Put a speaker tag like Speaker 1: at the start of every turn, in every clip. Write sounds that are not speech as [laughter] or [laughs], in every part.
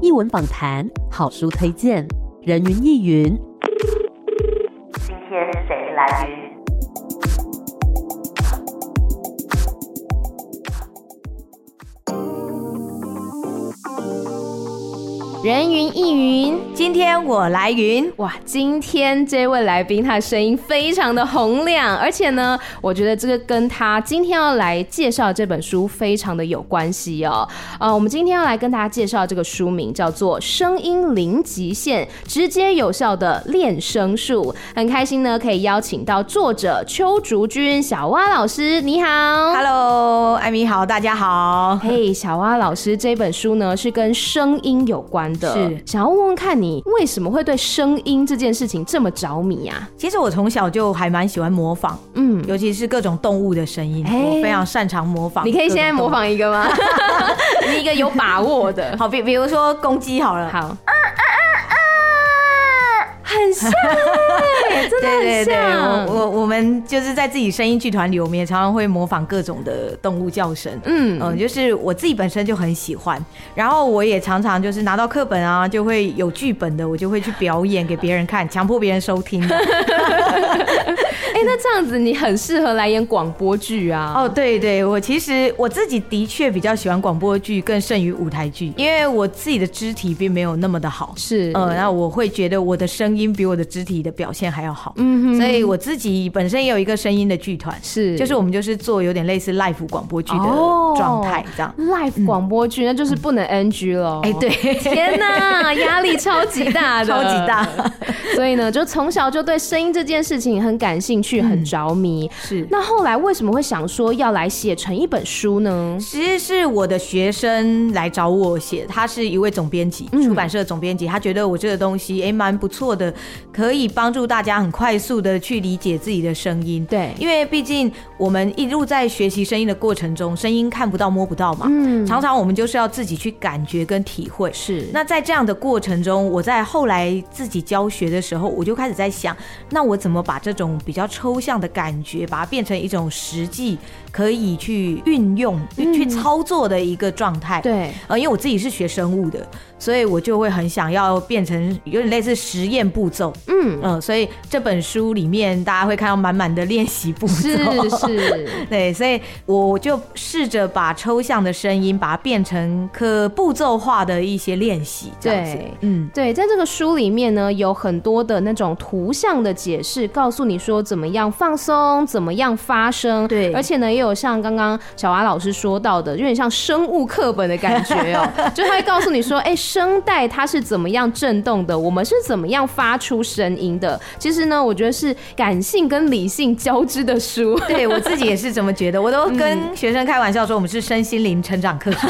Speaker 1: 译文访谈、好书推荐、人云亦云。
Speaker 2: 今天谁来云？
Speaker 3: 人云亦云。
Speaker 4: 今天我来云，
Speaker 3: 哇，今天这位来宾他的声音非常的洪亮，而且呢，我觉得这个跟他今天要来介绍这本书非常的有关系哦。呃，我们今天要来跟大家介绍这个书名叫做《声音零极限：直接有效的练声术》。很开心呢，可以邀请到作者邱竹君小蛙老师，你好。
Speaker 4: Hello，艾米好，大家好。
Speaker 3: [laughs] 嘿小蛙老师，这本书呢是跟声音有关的，
Speaker 4: 是
Speaker 3: 想要问问看你为什么会对声音这件事情这么着迷啊？
Speaker 4: 其实我从小就还蛮喜欢模仿，
Speaker 3: 嗯，
Speaker 4: 尤其是各种动物的声音，
Speaker 3: 哎
Speaker 4: 我非常擅长模仿。
Speaker 3: 你可以现在模，仿一个吗？ [laughs] 你一个有把握的，
Speaker 4: 好比比如说公鸡好了，
Speaker 3: [laughs] 好，很像欸， [laughs] 真的
Speaker 4: 对对
Speaker 3: 很
Speaker 4: 对，
Speaker 3: 像
Speaker 4: 我，我我们就是在自己声音剧团里，我们也常常会模仿各种的动物叫声。
Speaker 3: [laughs] 嗯
Speaker 4: 嗯、就是我自己本身就很喜欢，然后我也常常就是拿到课本啊，就会有剧本的，我就会去表演给别人看，强迫别人收听的。
Speaker 3: 哎、那这样子你很适合来演广播剧啊。
Speaker 4: 哦，对对，我其实我自己的确比较喜欢广播剧，更胜于舞台剧，因为我自己的肢体并没有那么的好。
Speaker 3: 是，
Speaker 4: 呃，那我会觉得我的声音比我的肢体的表现还要好，嗯，所以我自己本身也有一个声音的剧团，
Speaker 3: 是
Speaker 4: 就是我们就是做有点类似 live 广播剧的
Speaker 3: 哦
Speaker 4: 状态这样，
Speaker 3: live 广播剧，那就是不能 NG 了。
Speaker 4: 哎、对，
Speaker 3: 天呐，压力 [laughs] 超级大的，
Speaker 4: 超级大。
Speaker 3: [laughs] 所以呢，就从小就对声音这件事情很感兴趣，很着迷。
Speaker 4: 是。
Speaker 3: 那后来为什么会想说要来写成一本书呢？
Speaker 4: 其实是我的学生来找我写，他是一位总编辑，出版社总编辑，他觉得我这个东西诶蛮不错的，可以帮助大家很快速的去理解自己的声音。
Speaker 3: 对
Speaker 4: 因为毕竟我们一路在学习声音的过程中，声音看不到摸不到嘛，常常我们就是要自己去感觉跟体会。
Speaker 3: 是
Speaker 4: 那在这样的过程中，我在后来自己教学的时候，我就开始在想，那我怎么把这种比较抽象的感觉，把它变成一种实际可以去运用、去操作的一个状态？。
Speaker 3: 嗯对，
Speaker 4: 呃，因为我自己是学生物的，所以我就会很想要变成有点类似实验步骤，
Speaker 3: 嗯，
Speaker 4: 嗯、所以这本书里面大家会看到满满的练习步骤， [laughs]
Speaker 3: 是是，
Speaker 4: 对，所以我就试着把抽象的声音，把它变成可步骤化的一些练习，这样子
Speaker 3: 对。
Speaker 4: 嗯， [laughs]
Speaker 3: 对，在这个书里面呢，有很多的那种图像的解释，告诉你说怎么样放松，怎么样发声。
Speaker 4: 对
Speaker 3: 而且呢，也有像刚刚小娃老师说到的，有点像生物课本的感觉
Speaker 4: [laughs]
Speaker 3: 哦、就他会告诉你说，哎、声带它是怎么样震动的，我们是怎么样发出声音的。其实呢，我觉得是感性跟理性交织的书。
Speaker 4: 对我自己也是这么觉得，我都跟学生开玩笑说，我们是身心灵成长课程。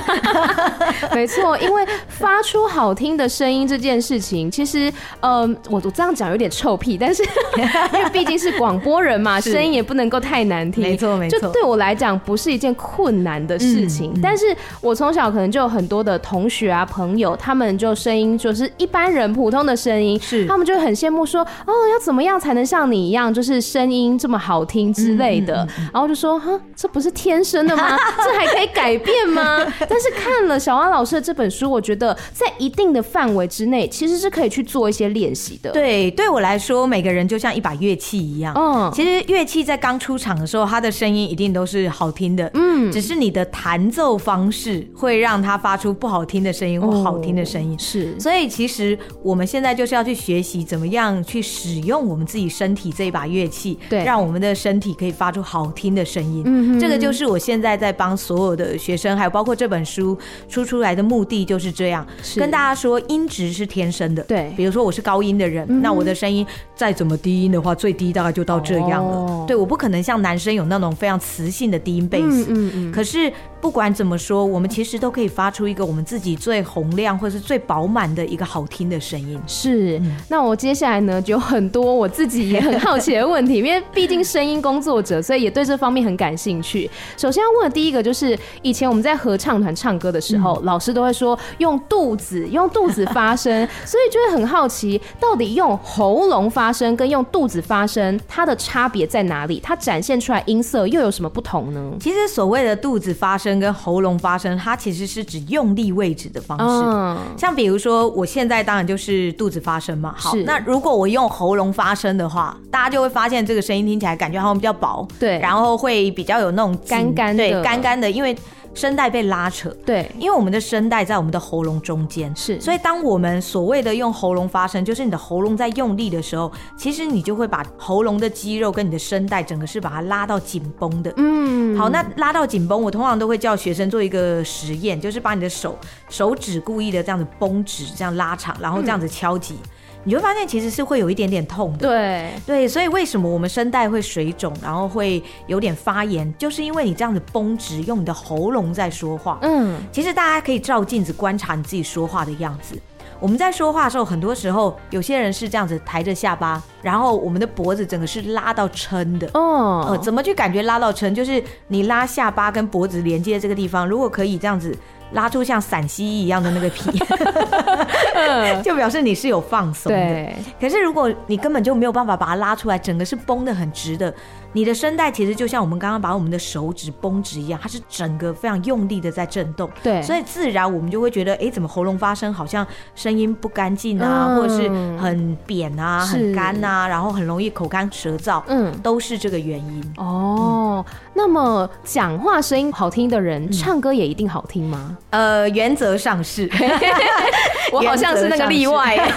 Speaker 3: 没错，因为发出好听的声音这件事情，其实，嗯、我我这样讲有点臭屁，但是 [laughs] 因为毕竟是广播人嘛，
Speaker 4: 是
Speaker 3: 声音也不能够太难听。
Speaker 4: [laughs] 没错没嗯错
Speaker 3: 就对我来讲不是一件困难的事情。但是我从小可能就有很多的同学啊、朋友，他们就声音就是一般人普通的声音，
Speaker 4: 是
Speaker 3: 他们就很羡慕说，哦，要怎么样才能像你一样，就是声音这么好听之类
Speaker 4: 嗯
Speaker 3: 的。然后就说，哈，这不是天生的
Speaker 4: [laughs]
Speaker 3: 吗？这还可以改变吗？但是看了小安老师的这本书，我觉得在一定的范围之内，其实是可以去做一些练习的。，
Speaker 4: 对，对我来说，每个人就像一把乐器一样。
Speaker 3: 嗯，
Speaker 4: 其实乐器在刚出场的时候，它的声音一定都是好听的，嗯，只是你的弹奏方式会让它发出不好听的声音或好听的声音。
Speaker 3: 是
Speaker 4: 所以其实我们现在就是要去学习怎么样去使用我们自己身体这一把乐器，
Speaker 3: 对
Speaker 4: 让我们的身体可以发出好听的声音。嗯，这个就是我现在在帮所有的学生，还有包括这本书出出来的目的就是这样，
Speaker 3: 是
Speaker 4: 跟大家说音质是天生的。
Speaker 3: 对嗯
Speaker 4: 比如说我是高音的人，那我的声音再怎么低音的话，最低大概就到这样了。
Speaker 3: 哦
Speaker 4: 对，我不可能像男生有那种非常磁性的低音贝斯，
Speaker 3: 嗯嗯
Speaker 4: 可是不管怎么说，我们其实都可以发出一个我们自己最洪亮或是最饱满的一个好听的声音。
Speaker 3: 是，
Speaker 4: 嗯
Speaker 3: 那我接下来呢，就有很多我自己也很好奇的问题，因为毕竟声音工作者，所以也对这方面很感兴趣。首先要问的第一个就是，以前我们在合唱团唱歌的时候，
Speaker 4: 嗯
Speaker 3: 老师都会说用肚子，用肚子发
Speaker 4: [laughs]
Speaker 3: 声，所以就会很好奇，到底用喉咙发声跟用肚子发声，它的差别在哪里？它展现出来音色又有什么不同呢？
Speaker 4: 其实所谓的肚子发声声跟喉咙发声，它其实是指用力位置的方式。
Speaker 3: 嗯，
Speaker 4: 像比如说，我现在当然就是肚子发声嘛。好
Speaker 3: 是，
Speaker 4: 那如果我用喉咙发声的话，大家就会发现这个声音听起来感觉好像比较薄，
Speaker 3: 对
Speaker 4: 然后会比较有那种紧
Speaker 3: 干干的
Speaker 4: 对，干干的，因为声带被拉扯。
Speaker 3: 对，
Speaker 4: 因为我们的声带在我们的喉咙中间，
Speaker 3: 是
Speaker 4: 所以当我们所谓的用喉咙发声，就是你的喉咙在用力的时候，其实你就会把喉咙的肌肉跟你的声带整个是把它拉到紧绷的。
Speaker 3: 嗯，
Speaker 4: 好，那拉到紧绷，我通常都会叫学生做一个实验，就是把你的手手指故意的这样子绷直，这样拉长，然后这样子敲击，你就会发现其实是会有一点点痛的。
Speaker 3: 对，
Speaker 4: 对，所以为什么我们声带会水肿，然后会有点发炎，就是因为你这样子绷直，用你的喉咙在说话。
Speaker 3: 嗯，
Speaker 4: 其实大家可以照镜子观察你自己说话的样子。我们在说话的时候，很多时候有些人是这样子抬着下巴，然后我们的脖子整个是拉到撑的。呃，
Speaker 3: 哦，
Speaker 4: 怎么去感觉拉到撑？就是你拉下巴跟脖子连接这个地方，如果可以这样子拉出像陕西一样的那个皮， [laughs]
Speaker 3: 嗯
Speaker 4: 就表示你是有放松的。
Speaker 3: 对，
Speaker 4: 可是如果你根本就没有办法把它拉出来，整个是绷得很直的，你的声带其实就像我们刚刚把我们的手指绷直一样，它是整个非常用力的在震动。
Speaker 3: 对，
Speaker 4: 所
Speaker 3: 以
Speaker 4: 以自然我们就会觉得，哎，怎么喉咙发声好像声音不干净啊，
Speaker 3: 嗯
Speaker 4: 或者是很扁啊、
Speaker 3: 是
Speaker 4: 很干啊，然后很容易口干舌燥，
Speaker 3: 嗯。
Speaker 4: 都是这个原因。
Speaker 3: 哦，那么讲话声音好听的人，唱歌也一定好听吗？
Speaker 4: 呃，原则上 [laughs] 是
Speaker 3: [laughs] 我好像是那个例外。
Speaker 4: [laughs]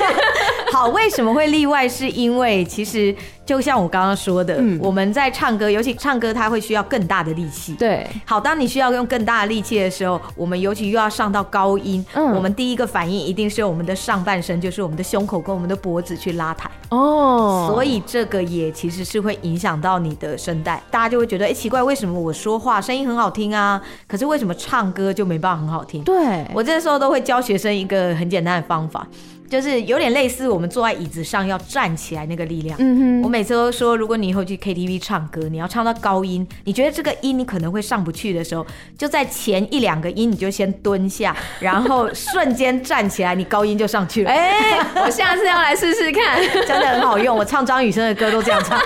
Speaker 4: 好，为什么会例外？是因为其实就像我刚刚说的，
Speaker 3: 嗯
Speaker 4: 我们在唱歌，尤其唱歌，它会需要更大的力气。
Speaker 3: 对，
Speaker 4: 好，当你需要用更大的力气的时候，我们尤其又要上到高音，
Speaker 3: 嗯
Speaker 4: 我们第一个反应一定是我们的上半身，就是我们的胸口跟我们的脖子去拉抬。
Speaker 3: 哦，
Speaker 4: 所以这个也其实是会影响到你的声带，大家就会觉得，哎、奇怪，为什么我说话声音很好听啊，可是为什么唱歌就没办法很好听？
Speaker 3: 对，
Speaker 4: 我这时候都会教学生一个很简单的方法，就是有点类似我们坐在椅子上要站起来那个力量。
Speaker 3: 嗯
Speaker 4: 我
Speaker 3: 哼，
Speaker 4: 每次都说，如果你以后去 KTV 唱歌，你要唱到高音，你觉得这个音你可能会上不去的时候，就在前一两个音你就先蹲下，然后瞬间站起来，你高音就上去了。
Speaker 3: 哎、我下次要来试试看。
Speaker 4: 真的很好用，我唱张雨生的歌都这样唱。
Speaker 3: [laughs]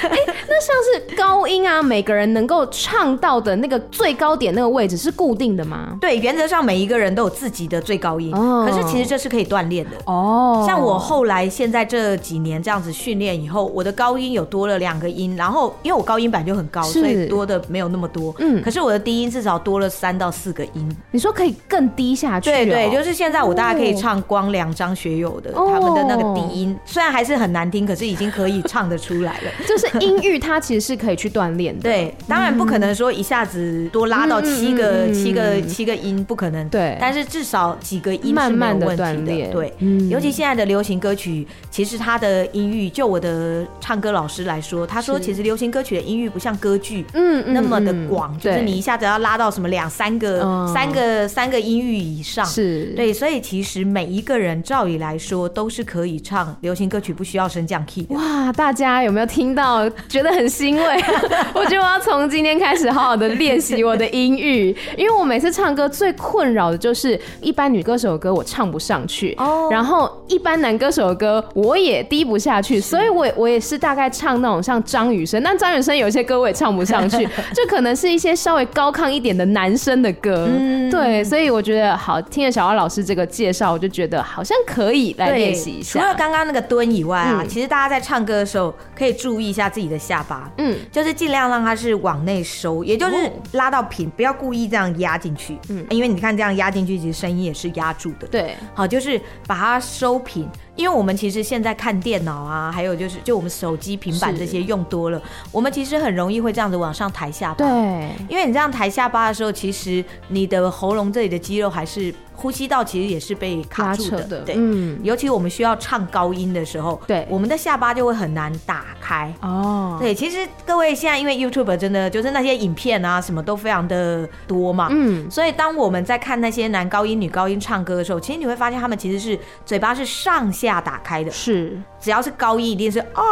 Speaker 3: 那像是高音啊，每个人能够唱到的那个最高点那个位置是固定的吗？
Speaker 4: 对，原则上每一个人都有自己的最高音，
Speaker 3: 哦
Speaker 4: 可是其实这是可以锻炼的。
Speaker 3: 哦
Speaker 4: 像我后来现在这几年这样子训练以后，我的高音有多了两个音，然后因为我高音本来就很高，
Speaker 3: 是
Speaker 4: 所以多的没有那么多。
Speaker 3: 嗯
Speaker 4: 可是我的低音至少多了三到四个音。
Speaker 3: 你说可以更低下去、哦，
Speaker 4: 对对，就是现在我大概可以
Speaker 3: 哦
Speaker 4: 唱光良、张学友的、
Speaker 3: 哦
Speaker 4: 他们的那个低音，虽然还是很难听，可是已经可以唱得出来
Speaker 3: [laughs]
Speaker 4: 了。
Speaker 3: 就是音域，它其实是可以去锻炼的。
Speaker 4: 对，当然不可能说一下子多拉到七个、
Speaker 3: 嗯嗯嗯嗯
Speaker 4: 七个、
Speaker 3: 嗯
Speaker 4: 七个音，不可能。
Speaker 3: 对
Speaker 4: 但是至少几个音
Speaker 3: 慢
Speaker 4: 是没有
Speaker 3: 慢地
Speaker 4: 问题
Speaker 3: 锻炼
Speaker 4: 对，
Speaker 3: 嗯
Speaker 4: 尤其现在的流行歌曲，其实它的音域，就我的唱歌老师来说，他说
Speaker 3: 是
Speaker 4: 其实流行歌曲的音域不像歌剧。
Speaker 3: 嗯，嗯
Speaker 4: 那么的
Speaker 3: 嗯
Speaker 4: 广，就
Speaker 3: 对
Speaker 4: 是你一下子要拉到什么两三个、
Speaker 3: 嗯
Speaker 4: 三个、三个音域以上，
Speaker 3: 是，
Speaker 4: 对，所以其实每一个人照理来说都是可以唱流行歌曲，不需要升降 key 的。
Speaker 3: 哇，大家有没有听到？觉得很欣慰。啊
Speaker 4: [laughs]
Speaker 3: 我觉得我要从今天开始好好的练习我的音域，因为我每次唱歌最困扰的就是一般女歌手的歌我唱不上去，
Speaker 4: 哦
Speaker 3: 然后一般男歌手的歌我也低不下去，所以我也我也是大概唱那种像张雨生，但张雨生有一些歌我也唱不上
Speaker 4: [laughs]
Speaker 3: 去，就可能是一些稍微高亢一点的男生的歌。
Speaker 4: 嗯
Speaker 3: 对，所以我觉得好听了小花老师这个介绍，我就觉得好像可以来
Speaker 4: 对，
Speaker 3: 练习一下。
Speaker 4: 除了刚刚那个蹲以外啊，
Speaker 3: 嗯
Speaker 4: 其实大家在唱歌的时候可以注意一下自己的下巴，
Speaker 3: 嗯，
Speaker 4: 就是尽量让它是往内收，也
Speaker 3: 哦
Speaker 4: 就是拉到平，不要故意这样压进去。嗯，因为你看这样压进去，其实声音也是压住的。。
Speaker 3: 对，
Speaker 4: 好，就是把它收平，因为我们其实现在看电脑啊，还有就是就我们手机、平板
Speaker 3: 是
Speaker 4: 这些用多了，我们其实很容易会这样子往上抬下巴。
Speaker 3: 对，
Speaker 4: 因为你这样抬下巴的时候，其实你的喉咙这里的肌肉还是呼吸道，其实也是被卡
Speaker 3: 拉
Speaker 4: 住
Speaker 3: 扯
Speaker 4: 的。
Speaker 3: 的，
Speaker 4: 对，
Speaker 3: 嗯，
Speaker 4: 尤其我们需要唱高音的时候，
Speaker 3: 对
Speaker 4: 我们的下巴就会很难打开。
Speaker 3: 哦，
Speaker 4: 对，其实各位现在因为 YouTube 真的就是那些影片啊，什么都非常的多嘛，
Speaker 3: 嗯，
Speaker 4: 所以当我们在看那些男高音、女高音唱歌的时候，其实你会发现他们其实是嘴巴是上下打开的，
Speaker 3: 是，
Speaker 4: 只要是高音一定是啊，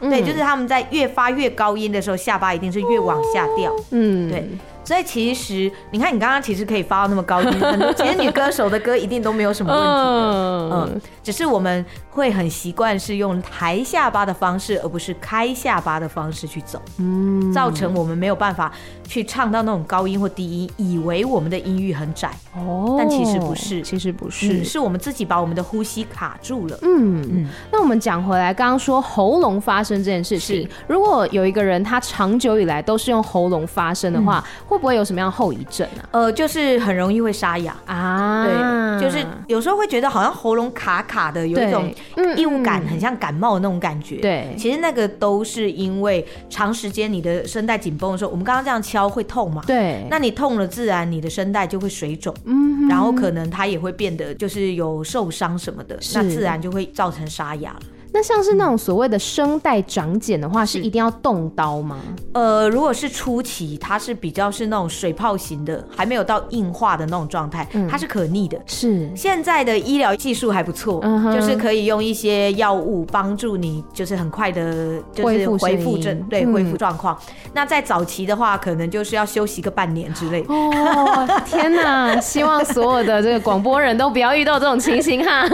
Speaker 3: 嗯
Speaker 4: 对，就是他们在越发越高音的时候，下巴一定是越往下掉。
Speaker 3: 嗯，
Speaker 4: 对，所以其实你看，你刚刚其实可以发到那么高音，很多其实女歌手的歌一定都没有什么
Speaker 3: [laughs]
Speaker 4: 问题的。嗯
Speaker 3: 嗯，，
Speaker 4: 只是我们会很习惯是用抬下巴的方式，而不是开下巴的方式去走，嗯，造成我们没有办法去唱到那种高音或低音，以为我们的音域很窄，
Speaker 3: 哦
Speaker 4: 但其实不是
Speaker 3: 其实不是
Speaker 4: 嗯，。是我们自己把我们的呼吸卡住了。
Speaker 3: 嗯
Speaker 4: 嗯，
Speaker 3: 那我们讲回来，刚刚说喉咙发声这件事情，如果有一个人他长久以来都是用喉咙发声的话，
Speaker 4: 嗯
Speaker 3: 会不会有什么样的后遗症啊？
Speaker 4: 呃，就是很容易会沙哑，
Speaker 3: 啊，
Speaker 4: 对，就是有时候会觉得好像喉咙卡卡的，有一种
Speaker 3: 对
Speaker 4: 异物感，
Speaker 3: 嗯嗯
Speaker 4: 很像感冒的那种感觉。
Speaker 3: 对
Speaker 4: 其实那个都是因为长时间你的声带紧绷的时候，我们刚刚这样敲会痛嘛？
Speaker 3: 对，
Speaker 4: 那你痛了，自然你的声带就会水肿，
Speaker 3: 哎嗯哼
Speaker 4: 然后可能它也会变得就是有受伤什么的，
Speaker 3: 是
Speaker 4: 那自然就会造成沙哑了。
Speaker 3: 那像是那
Speaker 4: 嗯
Speaker 3: 种所谓的声带长茧的话，是一定要动刀吗？
Speaker 4: 呃，如果是初期，它是比较是那种水泡型的，还没有到硬化的那种状态，
Speaker 3: 嗯
Speaker 4: 它是可逆的。
Speaker 3: 是
Speaker 4: 现在的医疗技术还不错
Speaker 3: 嗯哼
Speaker 4: 就是可以用一些药物帮助你，就是很快的，就
Speaker 3: 恢
Speaker 4: 是
Speaker 3: 复声
Speaker 4: 恢
Speaker 3: 音
Speaker 4: 复症，对，
Speaker 3: 嗯
Speaker 4: 恢复状况。那在早期的话，可能就是要休息个半年之类的。
Speaker 3: 哦，天哪！希望所有的这个广播人都不要遇到这种情形哈。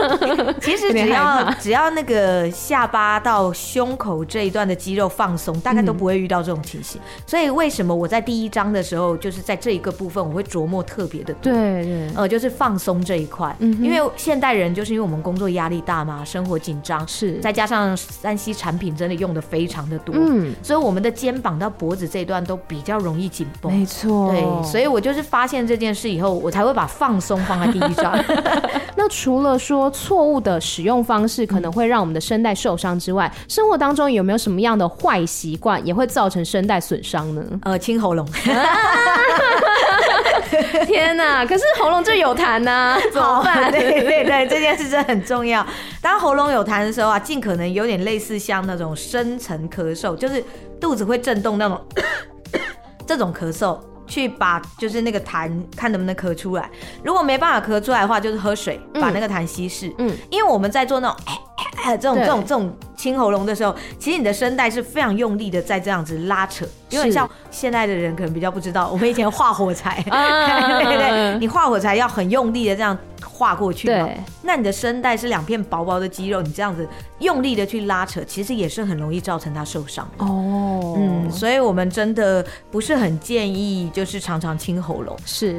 Speaker 4: 其实
Speaker 3: 有点
Speaker 4: 只
Speaker 3: 害
Speaker 4: 要
Speaker 3: 怕
Speaker 4: 只要那个下巴到胸口这一段的肌肉放松，大概
Speaker 3: 嗯
Speaker 4: 都不会遇到这种情形。所以为什么我在第一章的时候，就是在这一个部分，我会琢磨特别的多。
Speaker 3: 对对，
Speaker 4: 呃，就是放松这一块，
Speaker 3: 嗯哼
Speaker 4: 因为现代人就是因为我们工作压力大嘛，生活紧张，
Speaker 3: 是
Speaker 4: 再加上三 C 产品真的用的非常的多，
Speaker 3: 嗯，
Speaker 4: 所以我们的肩膀到脖子这一段都比较容易紧绷。
Speaker 3: 没错。
Speaker 4: 对，所以我就是发现这件事以后，我才会把放松放在第
Speaker 3: [laughs]
Speaker 4: 一章。
Speaker 3: 那除了说错误的使用方式可能会让我们的声带受伤之外，生活当中有没有什么样的坏习惯也会造成声带损伤呢？
Speaker 4: 呃，清喉咙，
Speaker 3: 天哪！可是喉咙就有痰 [laughs] 呐、怎么办？
Speaker 4: 对对对，这件事真的很重要。当喉咙有痰的时候啊，尽可能有点类似像那种深层咳嗽，就是肚子会震动那种 [coughs] 这种咳嗽，去把就是那个痰看能不能咳出来。如果没办法咳出来的话，就是喝水把那个痰稀释。
Speaker 3: 嗯
Speaker 4: 嗯，因为我们在做那种 [coughs] 这种
Speaker 3: 对
Speaker 4: 这种这种清喉咙的时候，其实你的声带是非常用力的在这样子拉扯，有点
Speaker 3: 是
Speaker 4: 像现在的人可能比较不知道，我们以前画火柴。
Speaker 3: 啊
Speaker 4: [laughs] 对
Speaker 3: [laughs]
Speaker 4: 对对，你画火柴要很用力的这样画过去嘛
Speaker 3: 对。
Speaker 4: 那你的声带是两片薄薄的肌肉，你这样子用力的去拉扯，其实也是很容易造成它受伤。
Speaker 3: 哦，
Speaker 4: 嗯，所以我们真的不是很建议，就是常常清喉咙。
Speaker 3: 是。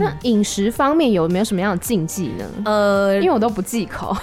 Speaker 3: 那饮食方面有没有什么样的禁忌呢？
Speaker 4: 呃
Speaker 3: 嗯因，为我都不忌口，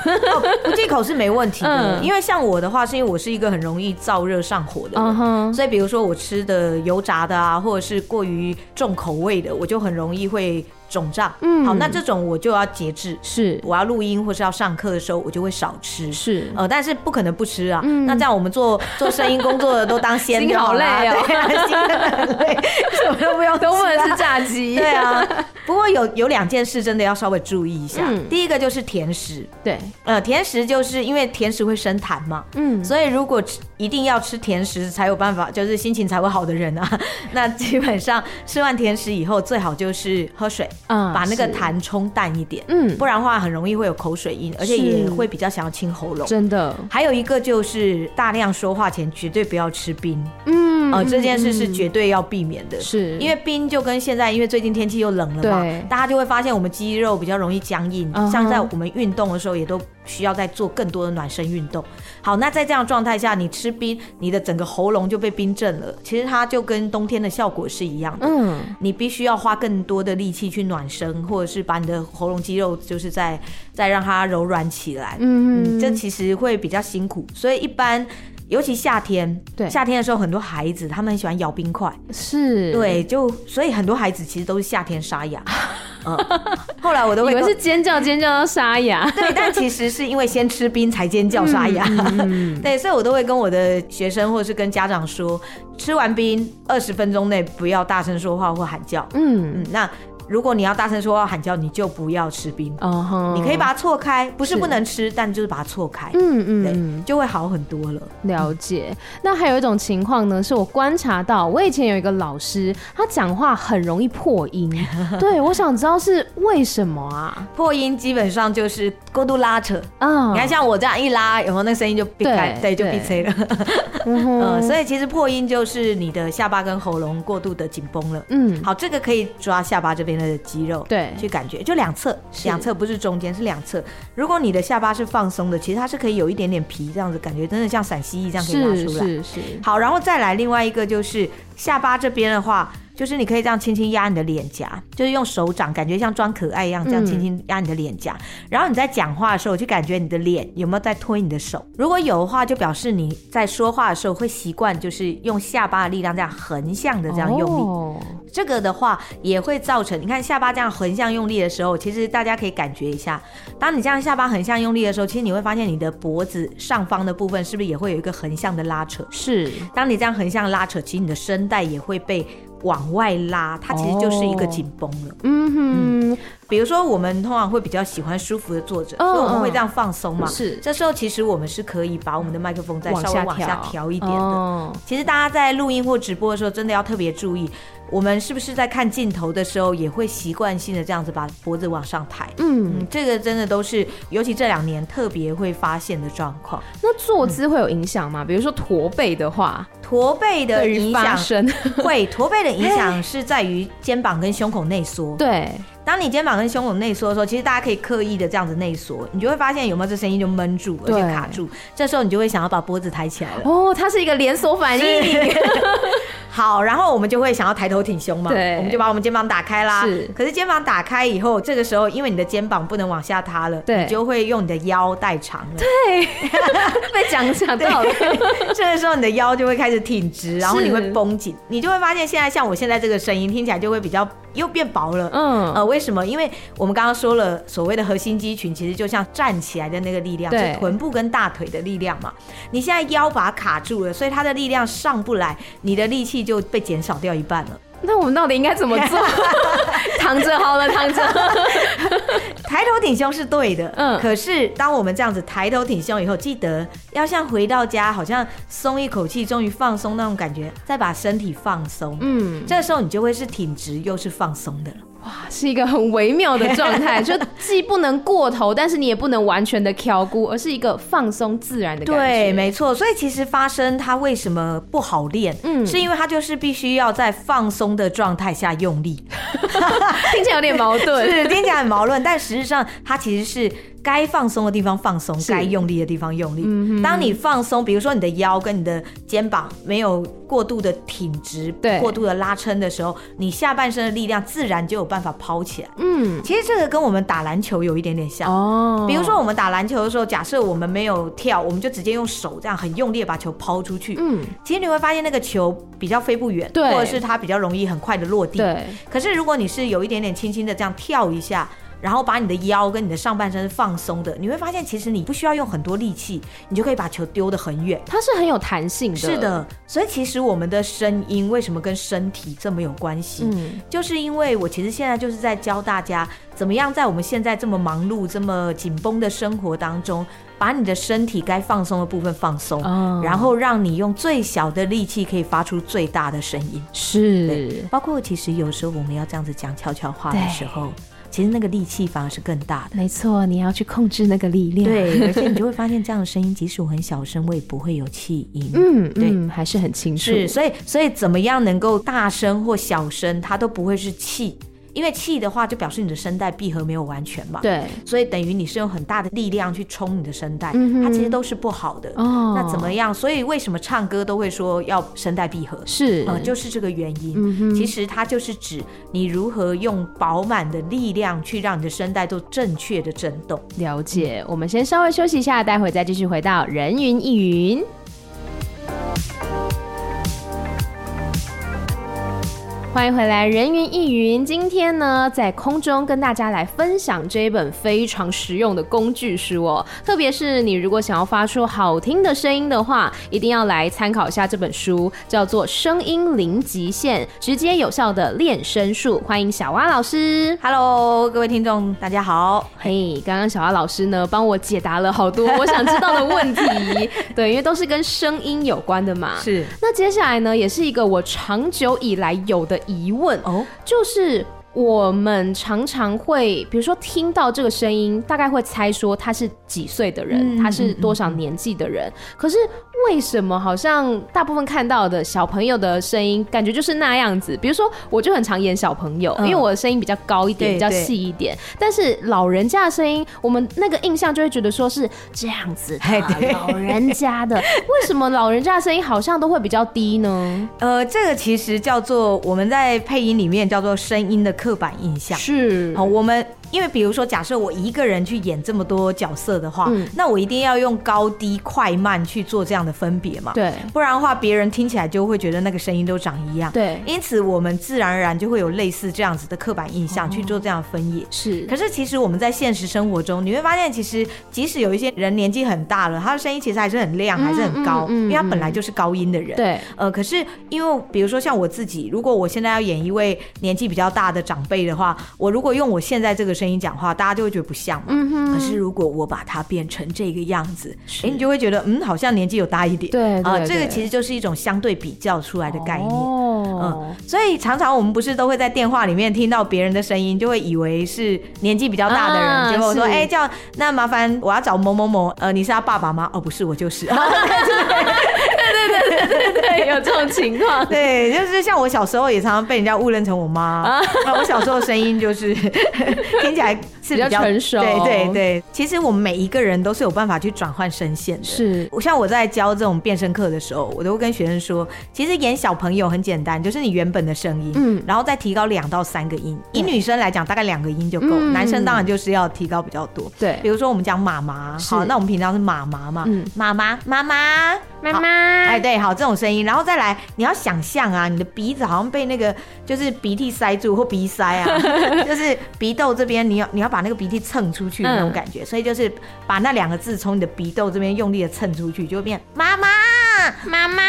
Speaker 4: 不忌口是没问题的，
Speaker 3: 嗯
Speaker 4: 因为像我的话，是因为我是一个很容易燥热上火的人。
Speaker 3: 嗯哼，
Speaker 4: 所以，比如说我吃的油炸的啊，或者是过于重口味的，我就很容易会肿胀。
Speaker 3: 嗯
Speaker 4: 好，那这种我就要节制。
Speaker 3: 是
Speaker 4: 我要录音或是要上课的时候，我就会少吃。
Speaker 3: 是，哦
Speaker 4: 呃，但是不可能不吃啊。
Speaker 3: 嗯
Speaker 4: 那这样我们做做声音工作的都当鲜
Speaker 3: [laughs] 心
Speaker 4: 就
Speaker 3: 好
Speaker 4: 了啊
Speaker 3: 累哦
Speaker 4: 对啊， [laughs] 心很累，什么都不用吃
Speaker 3: 都
Speaker 4: 啊
Speaker 3: 不能吃炸鸡，
Speaker 4: [laughs] 对啊，不过有有两件事真的要稍微注意一下。
Speaker 3: 嗯
Speaker 4: 第一个就是甜食，
Speaker 3: 对，
Speaker 4: 呃，甜食就是因为甜食会生痰嘛，
Speaker 3: 嗯，
Speaker 4: 所以如果吃一定要吃甜食才有办法，就是心情才会好的人啊， [laughs] 那基本上吃完甜食以后，最好就是喝水，
Speaker 3: 啊
Speaker 4: 把那个
Speaker 3: 是
Speaker 4: 痰冲淡一点，
Speaker 3: 嗯
Speaker 4: 嗯不然的话很容易会有口水音，而且
Speaker 3: 是
Speaker 4: 也会比较想要清喉咙。
Speaker 3: 真的，
Speaker 4: 还有一个就是大量说话前绝对不要吃冰，
Speaker 3: 嗯
Speaker 4: 呃，这件事是
Speaker 3: 嗯
Speaker 4: 绝对要避免的。
Speaker 3: 是
Speaker 4: 因为冰就跟现在，因为最近天气又冷了
Speaker 3: 对
Speaker 4: 嘛，大家就会发现我们肌肉比较容易僵硬
Speaker 3: 嗯哼
Speaker 4: 像在我们运动的时候，也都需要再做更多的暖身运动。好，那在这样的状态下，你吃冰，你的整个喉咙就被冰镇了，其实它就跟冬天的效果是一样的。
Speaker 3: 嗯
Speaker 4: 你必须要花更多的力气去暖身，或者是把你的喉咙肌肉就是再再让它柔软起来。嗯，
Speaker 3: 嗯
Speaker 4: 这
Speaker 3: 这
Speaker 4: 其实会比较辛苦，所以一般。尤其夏天，
Speaker 3: 对
Speaker 4: 夏天的时候，很多孩子他们很喜欢咬冰块，
Speaker 3: 是
Speaker 4: 对，，就所以很多孩子其实都是夏天沙
Speaker 3: [laughs]
Speaker 4: 哑。嗯，后来我都
Speaker 3: 以
Speaker 4: 会
Speaker 3: 为
Speaker 4: 跟
Speaker 3: 是尖叫尖叫到沙哑，
Speaker 4: 对，但其实是因为先吃冰才尖叫沙哑。
Speaker 3: 嗯
Speaker 4: [laughs] 对，所以我都会跟我的学生或是跟家长说，吃完冰二十分钟内不要大声说话或喊叫。
Speaker 3: 嗯
Speaker 4: 嗯，那如果你要大声说要喊叫，你就不要吃冰，
Speaker 3: 嗯哼
Speaker 4: 你可以把它错开，不是
Speaker 3: 是
Speaker 4: 不能吃，但就是把它错开，
Speaker 3: 嗯嗯
Speaker 4: 对
Speaker 3: 嗯，
Speaker 4: 就会好很多了。
Speaker 3: 了解。那还有一种情况呢，是我观察到，我以前有一个老师，他讲话很容易破音。对，我想知道是为什么啊？
Speaker 4: 破音基本上就是过度拉扯，
Speaker 3: 啊，
Speaker 4: [laughs] 你看像我这样一拉，有没有那声音就闭开，
Speaker 3: 对
Speaker 4: 嗯对，就
Speaker 3: 对
Speaker 4: 闭塞了。
Speaker 3: 嗯哼，
Speaker 4: 嗯，所以其实破音就是你的下巴跟喉咙过度的紧绷了。
Speaker 3: 嗯，
Speaker 4: 好，这个可以抓下巴这边的肌肉，
Speaker 3: 对
Speaker 4: 去感觉，就两侧，
Speaker 3: 是
Speaker 4: 两侧不是中间，是两侧。如果你的下巴是放松的，其实它是可以有一点点皮这样子，感觉真的像陕西这样可以拉
Speaker 3: 是
Speaker 4: 出来。
Speaker 3: 是是，
Speaker 4: 好，然后再来另外一个就是下巴这边的话，就是你可以这样轻轻压你的脸颊，就是用手掌，感觉像装可爱一样，这样
Speaker 3: 嗯
Speaker 4: 轻轻压你的脸颊。然后你在讲话的时候，就感觉你的脸有没有在推你的手？如果有的话，就表示你在说话的时候会习惯，就是用下巴的力量这样横向的这样用力。
Speaker 3: 哦
Speaker 4: 这个的话也会造成，你看下巴这样横向用力的时候，其实大家可以感觉一下，当你这样下巴横向用力的时候，其实你会发现你的脖子上方的部分是不是也会有一个横向的拉扯？
Speaker 3: 是
Speaker 4: 当你这样横向拉扯，其实你的声带也会被往外拉，它其实就是一个紧绷了。
Speaker 3: 哦嗯
Speaker 4: 比如说，我们通常会比较喜欢舒服的坐着，
Speaker 3: 嗯
Speaker 4: 所以我们会
Speaker 3: 嗯
Speaker 4: 这样放松嘛。
Speaker 3: 哼，是
Speaker 4: 这时候其实我们是可以把我们的麦克风再稍微往下调一点的。
Speaker 3: 哦
Speaker 4: 其实大家在录音或直播的时候，真的要特别注意，我们是不是在看镜头的时候也会习惯性的这样子把脖子往上抬。
Speaker 3: 嗯
Speaker 4: 嗯，，这个真的都是，尤其这两年特别会发现的状况。
Speaker 3: 那坐姿会有影响吗？比如说驼背的话，
Speaker 4: 驼背的
Speaker 3: 对于
Speaker 4: 影
Speaker 3: 发
Speaker 4: 响 [laughs]
Speaker 3: 声，
Speaker 4: 会驼背的影响是在于肩膀跟胸口内缩。
Speaker 3: 对，
Speaker 4: 当你肩膀跟胸口内缩的时候，其实大家可以刻意的这样子内缩，你就会发现有没有这声音就闷住，而
Speaker 3: 对
Speaker 4: 且卡住。这时候你就会想要把脖子抬起
Speaker 3: [laughs]
Speaker 4: 来了。哎
Speaker 3: 哦，它是一个连锁反应，
Speaker 4: 好，然后我们就会想要抬头挺胸嘛，
Speaker 3: 对
Speaker 4: 我们就把我们肩膀打开啦。
Speaker 3: 是
Speaker 4: 可是肩膀打开以后，这个时候因为你的肩膀不能往下塌了，
Speaker 3: 对
Speaker 4: 你就会用你的腰带长了。
Speaker 3: [laughs] 被讲讲到了，
Speaker 4: 这个时候你的腰就会开始挺直，然后
Speaker 3: 是
Speaker 4: 你会绷紧，你就会发现现在像我现在这个声音听起来就会比较又变薄了。
Speaker 3: 嗯，
Speaker 4: 呃，为什么？因为我们刚刚说了，所谓的核心肌群其实就像站起来的那个力量，
Speaker 3: 对
Speaker 4: 是臀部跟大腿的力量嘛。你现在腰把它卡住了，所以它的力量上不来，你的力气就被减少掉一半了。
Speaker 3: 那我们到底应该怎么
Speaker 4: [laughs]
Speaker 3: 做？躺着好了，躺着。
Speaker 4: 抬头挺胸是对的，
Speaker 3: 嗯
Speaker 4: 嗯，可是当我们这样子抬头挺胸以后，记得要像回到家，好像松一口气，终于放松那种感觉，再把身体放松。
Speaker 3: 嗯，
Speaker 4: 这时候你就会是挺直又是放松的了。
Speaker 3: 是一个很微妙的状
Speaker 4: [laughs]
Speaker 3: 态，就既不能过头，但是你也不能完全的挑估，而是一个放松自然的感觉。
Speaker 4: 对，没错。所以其实发声它为什么不好练？
Speaker 3: 嗯
Speaker 4: 嗯，是因为它就是必须要在放松的状态下用力。
Speaker 3: 听起来有点矛盾。
Speaker 4: 是听起来很矛盾，但实际上它其实是该放松的地方放松，
Speaker 3: [laughs] 是嗯
Speaker 4: 该用力的地方用力。当你放松，比如说你的腰跟你的肩膀没有过度的挺直
Speaker 3: 对、
Speaker 4: 过度的拉撑的时候，你下半身的力量自然就有办法抛起来。
Speaker 3: 嗯，
Speaker 4: 其实这个跟我们打篮球有一点点像。
Speaker 3: 哦
Speaker 4: 比如说，我们打篮球的时候，假设我们没有跳，我们就直接用手这样很用力地把球抛出去。
Speaker 3: 嗯，
Speaker 4: 其实你会发现那个球比较飞不远，
Speaker 3: 对
Speaker 4: 或者是它比较容易很快的落地。
Speaker 3: 对，
Speaker 4: 可是如果你是有一点点轻轻的这样跳一下，然后把你的腰跟你的上半身放松的，你会发现其实你不需要用很多力气，你就可以把球丢得很远。
Speaker 3: 它是很有弹性的。
Speaker 4: 是，的，所以其实我们的声音为什么跟身体这么有关系？
Speaker 3: 嗯，
Speaker 4: 就是因为我其实现在就是在教大家怎么样在我们现在这么忙碌、这么紧绷的生活当中，把你的身体该放松的部分放松，
Speaker 3: 哦
Speaker 4: 然后让你用最小的力气可以发出最大的声音。
Speaker 3: 是
Speaker 4: 对，包括其实有时候我们要这样子讲悄悄话的时候，其实那个力气反而是更大的。
Speaker 3: 没错，你要去控制那个力量。，
Speaker 4: [laughs] 对，而且你就会发现这样的声音，即使我很小声，我也不会有气音。
Speaker 3: 嗯，
Speaker 4: 对
Speaker 3: 嗯，还是很清楚。
Speaker 4: 是，所以所以怎么样能够大声或小声，它都不会是气，因为气的话就表示你的声带闭合没有完全嘛。。
Speaker 3: 对，
Speaker 4: 所以等于你是用很大的力量去冲你的声带，
Speaker 3: 嗯哼
Speaker 4: 它其实都是不好的。
Speaker 3: 哦
Speaker 4: 那怎么样？所以为什么唱歌都会说要声带闭合？
Speaker 3: 是，
Speaker 4: 呃，就是这个原因。
Speaker 3: 嗯哼
Speaker 4: 其实它就是指你如何用饱满的力量去让你的声带做正确的震动。
Speaker 3: 了解。我们先稍微休息一下，待会再继续回到人云亦云。欢迎回来，人云亦云。今天呢，在空中跟大家来分享这一本非常实用的工具书哦。特别是你如果想要发出好听的声音的话，一定要来参考一下这本书，叫做《声音零极限：直接有效的练声术》。欢迎小蛙老师。
Speaker 4: Hello，各位听众，大家好。
Speaker 3: 嘿，刚刚小蛙老师呢，帮我解答了好多 [laughs] 我想知道的问题。对，因为都是跟声音有关的嘛。
Speaker 4: 是
Speaker 3: 那接下来呢，也是一个我长久以来有的疑问，
Speaker 4: 哦，
Speaker 3: 就是我们常常会，比如说听到这个声音，大概会猜说他是几岁的人，
Speaker 4: 嗯
Speaker 3: 他是多少年纪的人。可是为什么好像大部分看到的小朋友的声音，感觉就是那样子？比如说，我就很常演小朋友，
Speaker 4: 嗯
Speaker 3: 因为我的声音比较高一点，
Speaker 4: 对
Speaker 3: 比较
Speaker 4: 对
Speaker 3: 细一点。但是老人家的声音，我们那个印象就会觉得说是这样子
Speaker 4: 哎
Speaker 3: 的，[laughs]
Speaker 4: 对
Speaker 3: 老人家的。为什么老人家的声音好像都会比较低呢？
Speaker 4: 呃，这个其实叫做我们在配音里面叫做声音的刻板印象。
Speaker 3: 是
Speaker 4: 好，我们因为比如说，假设我一个人去演这么多角色的话，
Speaker 3: 嗯
Speaker 4: 那我一定要用高低快慢去做这样的分别嘛，
Speaker 3: 对
Speaker 4: 不然的话，别人听起来就会觉得那个声音都长一样。
Speaker 3: 对
Speaker 4: 因此我们自然而然就会有类似这样子的刻板印象去做这样的分野。
Speaker 3: 哦是
Speaker 4: 可是其实我们在现实生活中，你会发现，其实即使有一些人年纪很大了，他的声音其实还是很亮，
Speaker 3: 嗯
Speaker 4: 还是很高，
Speaker 3: 嗯嗯
Speaker 4: 因为他本来就是高音的人。。
Speaker 3: 对，
Speaker 4: 呃，可是因为比如说像我自己，如果我现在要演一位年纪比较大的长辈的话，我如果用我现在这个声音讲话，大家就会觉得不像嘛。
Speaker 3: 嗯哼
Speaker 4: 可是如果我把它变成这个样子，
Speaker 3: 是
Speaker 4: 哎，你就会觉得嗯，好像年纪有大一点。
Speaker 3: 对
Speaker 4: 啊、
Speaker 3: 对
Speaker 4: 这个
Speaker 3: 对
Speaker 4: 其实就是一种相对比较出来的概念。
Speaker 3: 哦
Speaker 4: 嗯，所以常常我们不是都会在电话里面听到别人的声音，就会以为是年纪比较大的人，
Speaker 3: 啊
Speaker 4: 结果我说：“
Speaker 3: 是
Speaker 4: 哎、叫那麻烦我要找某某某，呃，你是他爸爸吗？”哦，不是，我就是。。
Speaker 3: [laughs] 对，有这种情况
Speaker 4: [laughs] 对，就是像我小时候也常常被人家误认成我
Speaker 3: 啊
Speaker 4: 妈。那我小时候的声音就是 [laughs] 听起来是
Speaker 3: 比较成熟
Speaker 4: 对对对，其实我们每一个人都是有办法去转换声线的。
Speaker 3: 是
Speaker 4: 我像我在教这种变声课的时候，我都会跟学生说，其实演小朋友很简单，就是你原本的声音，
Speaker 3: 嗯
Speaker 4: 嗯，然后再提高两到三个音。以女生来讲，大概两个音就够，
Speaker 3: 嗯
Speaker 4: 男生当然就是要提高比较多。
Speaker 3: 对
Speaker 4: 比如说我们讲妈妈，
Speaker 3: 是
Speaker 4: 好，那我们平常是妈妈嘛
Speaker 3: 嗯，
Speaker 4: 妈妈妈妈
Speaker 3: 妈
Speaker 4: 好
Speaker 3: 妈，
Speaker 4: 哎，对，好，这种声音，然后再来，你要想象啊，你的鼻子好像被那个就是鼻涕塞住或鼻
Speaker 3: [laughs]
Speaker 4: 塞啊，就是鼻窦这边，你要你要把那个鼻涕蹭出去那种
Speaker 3: 嗯
Speaker 4: 感觉，所以就是把那两个字从你的鼻窦这边用力的蹭出去，就会变妈妈，
Speaker 3: 妈妈，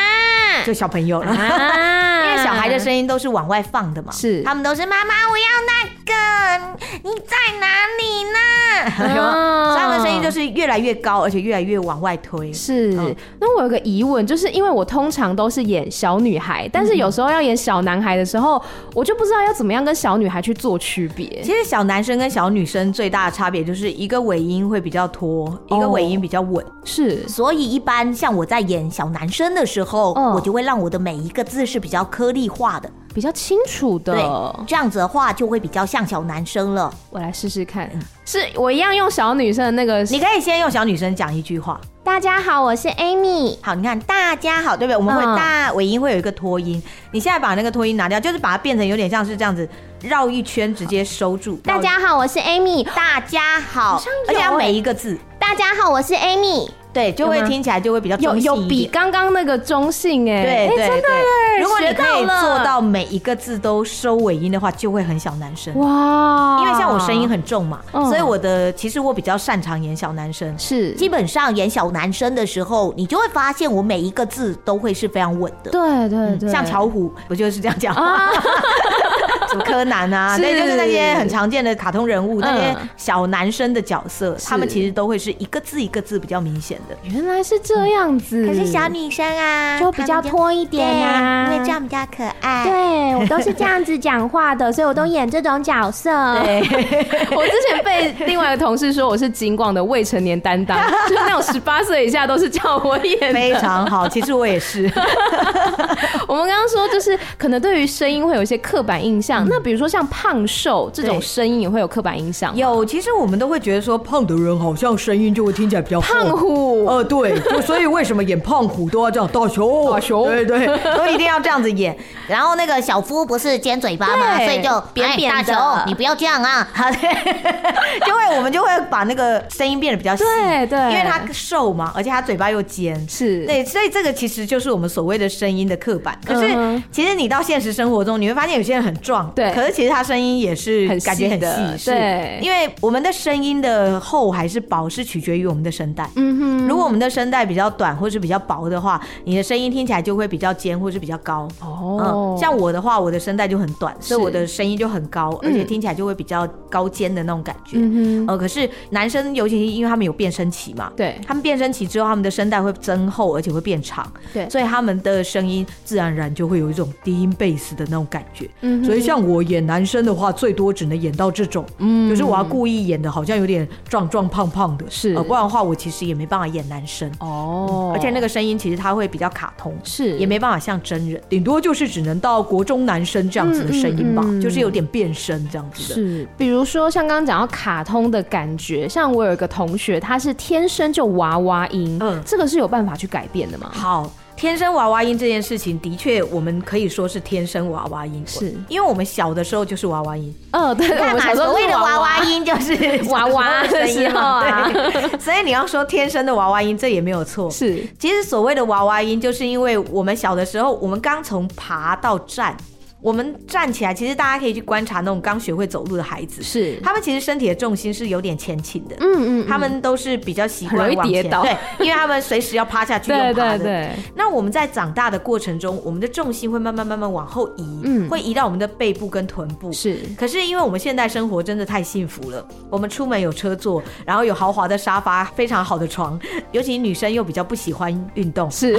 Speaker 4: 就小朋友了。啊因
Speaker 3: [laughs] 因
Speaker 4: 为小孩的声音都是往外放的嘛，
Speaker 3: 嗯是
Speaker 4: 他们都是妈妈，我要那个，你在
Speaker 3: [laughs]
Speaker 4: 哪里呢？有吗
Speaker 3: 哦
Speaker 4: 所以他们的声音就是越来越高，而且越来越往外推。
Speaker 3: 是
Speaker 4: 嗯，
Speaker 3: 那我有个疑问，就是因为我通常都是演小女孩，但是有时候要演小男孩的时候，我就不知道要怎么样跟小女孩去做区别。
Speaker 4: 其实小男生跟小女生最大的差别就是一个尾音会比较
Speaker 3: 哦
Speaker 4: 拖，一个尾音比较稳。
Speaker 3: 是
Speaker 4: 所以一般像我在演小男生的时候，
Speaker 3: 嗯
Speaker 5: 我就会让我的每一个字是比较颗粒化的，
Speaker 3: 比较清楚的
Speaker 5: 对，，
Speaker 3: 哦
Speaker 5: 这样子的话就会比较像小男生了。
Speaker 3: 我来试试看。是我一样用小女生的那个。
Speaker 4: 嗯你可以先用小女生讲一句话。
Speaker 3: 大家好，我是 Amy。
Speaker 4: 好，你看大家好，对不对？我们会
Speaker 3: 嗯
Speaker 4: 大尾音会有一个拖音，你现在把那个拖音拿掉，就是把它变成有点像是这样子绕一圈直接收住。
Speaker 5: 大家好，我是 Amy。大家好，
Speaker 4: 而且它
Speaker 3: 有欸
Speaker 4: 每一个字，
Speaker 5: 大家好，我是 Amy。
Speaker 4: 对，就会
Speaker 3: 有吗
Speaker 4: 听起来就会比较
Speaker 3: 有
Speaker 4: 中性
Speaker 3: 有
Speaker 4: 一
Speaker 3: 比
Speaker 4: 点
Speaker 3: 刚刚那个中性哎、
Speaker 4: 对
Speaker 3: 哎
Speaker 4: 对
Speaker 3: 真的
Speaker 4: 对
Speaker 3: 耶
Speaker 4: 如果你
Speaker 3: 学
Speaker 4: 可
Speaker 3: 到
Speaker 4: 以
Speaker 3: 了
Speaker 4: 做到每一个字都收尾音的话，就会很小男生。
Speaker 3: 哇，
Speaker 4: 因为像我声音很重嘛，
Speaker 3: 嗯
Speaker 4: 所以我的其实我比较擅长演小男生。
Speaker 3: 是
Speaker 5: 基本上演小男生的时候，你就会发现我每一个字都会是非常稳的。
Speaker 3: 对对对，
Speaker 4: 像嗯巧虎不就是这样讲话？ [laughs] 什么柯南啊，
Speaker 3: 是
Speaker 4: 对，就是那些很常见的卡通人物，
Speaker 3: 嗯
Speaker 4: 那些小男生的角色，他们其实都会是一个字一个字比较明显的。
Speaker 3: 原来是这样子，
Speaker 5: 可是小女生啊，
Speaker 3: 就比较拖一点啊
Speaker 5: 她们就对因为这样比较可爱。
Speaker 6: 对我都是这样子讲话的，所以我都演这种角色。
Speaker 3: 我之前被另外一个同事说我是金广的未成年担当， [laughs] 就是那种十八岁以下都是叫我演
Speaker 4: 非
Speaker 3: 的。
Speaker 4: 常好，其实我也是，
Speaker 3: 我们刚刚说就是可能对于声音会有一些刻板印象，那比如说像胖瘦这种声音，也会有刻板印象吗。
Speaker 4: 有，其实我们都会觉得说，胖的人好像声音就会听起来比较厚
Speaker 3: 胖虎，
Speaker 4: 呃，对，就所以为什么演胖虎都要这样大
Speaker 3: [laughs]
Speaker 4: 熊，
Speaker 3: 大熊
Speaker 4: 对对，都一定要这样子
Speaker 3: [laughs]
Speaker 4: 演。
Speaker 5: 然后那个小夫不是尖嘴巴嘛，
Speaker 3: 对
Speaker 5: 所以就
Speaker 3: 扁
Speaker 5: 哎
Speaker 3: 扁
Speaker 5: 大
Speaker 3: 的
Speaker 5: 熊，你不要这样啊！
Speaker 4: 好的，就会我们就会把那个声音变得比较细，
Speaker 3: 对对
Speaker 4: 因为他瘦嘛，而且他嘴巴又尖，
Speaker 3: 是
Speaker 4: 对，所以这个其实就是我们所谓的声音的刻板。可
Speaker 3: 嗯
Speaker 4: 是
Speaker 3: 哼
Speaker 4: 其实你到现实生活中，你会发现有些人很壮，
Speaker 3: 对
Speaker 4: 可是其实他声音也是
Speaker 3: 很细
Speaker 4: 感觉很
Speaker 3: 的
Speaker 4: 细，是
Speaker 3: 对
Speaker 4: 因为我们的声音的厚还是薄是取决于我们的声带。
Speaker 3: 嗯哼。
Speaker 4: 如果我们的声带比较短或是比较薄的话，你的声音听起来就会比较尖或是比较高。
Speaker 3: 哦
Speaker 4: 嗯，像我的话，我的声带就很短，所以
Speaker 3: 是嗯
Speaker 4: 我的声音就很高，而且听起来就会比较高尖的那种感觉。
Speaker 3: 嗯哼
Speaker 4: 呃，可是男生尤其是因为他们有变声期嘛，
Speaker 3: 对
Speaker 4: 他们变声期之后，他们的声带会增厚，而且会变长，
Speaker 3: 对
Speaker 4: 所以他们的声音自然而然就会有一种低音贝斯的那种感觉。
Speaker 3: 嗯哼
Speaker 4: 所以像我演男生的话，最多只能演到这种，
Speaker 3: 嗯
Speaker 4: 就是我要故意演的好像有点壮壮胖胖的，
Speaker 3: 是
Speaker 4: 呃不然的话我其实也没办法演男生。
Speaker 3: 哦，
Speaker 4: 而且那个声音其实它会比较卡通，
Speaker 3: 是
Speaker 4: 也没办法像真人，顶多就是只能到国中男生这样子的声音吧，
Speaker 3: 嗯嗯嗯
Speaker 4: 就是有点变声这样子的。
Speaker 3: 是，比如说像刚刚讲到卡通的感觉，像我有一个同学，他是天生就娃娃音，嗯
Speaker 4: 嗯，
Speaker 3: 这个是有办法去改变的吗？
Speaker 4: 好，天生娃娃音这件事情，的确我们可以说是天生娃娃音，
Speaker 3: 是
Speaker 4: 因为我们小的时候就是娃 [laughs] 娃音，
Speaker 3: 嗯、对，我
Speaker 5: 干
Speaker 3: 们
Speaker 5: 嘛？
Speaker 3: 小时
Speaker 5: 所
Speaker 3: 候
Speaker 5: 谓
Speaker 3: 是
Speaker 5: 的娃
Speaker 3: 娃
Speaker 5: 娃音就是
Speaker 3: 娃
Speaker 4: [laughs]
Speaker 3: 娃的时候啊，
Speaker 4: 对，所以你要说天生的娃娃音，这也没有错。
Speaker 3: 是
Speaker 4: 其实所谓的娃娃音，就是因为我们小的时候，我们刚从爬到站，我们站起来，其实大家可以去观察那种刚学会走路的孩子，
Speaker 3: 是，
Speaker 4: 他们其实身体的重心是有点前倾的。
Speaker 3: 嗯嗯，
Speaker 4: 他们都是比较习惯
Speaker 3: 很容易
Speaker 4: 往前
Speaker 3: 跌倒
Speaker 4: 对，因为他们随时要趴 [laughs] 下去用
Speaker 3: 对
Speaker 4: 爬的。
Speaker 3: 对对，
Speaker 4: 那我们在长大的过程中，我们的重心会慢慢慢慢往后移，
Speaker 3: 嗯
Speaker 4: 会移到我们的背部跟臀部。
Speaker 3: 是
Speaker 4: 可是因为我们现代生活真的太幸福了，我们出门有车坐，然后有豪华的沙发，非常好的床，尤其女生又比较不喜欢运
Speaker 3: [laughs]
Speaker 4: 动，
Speaker 3: 是，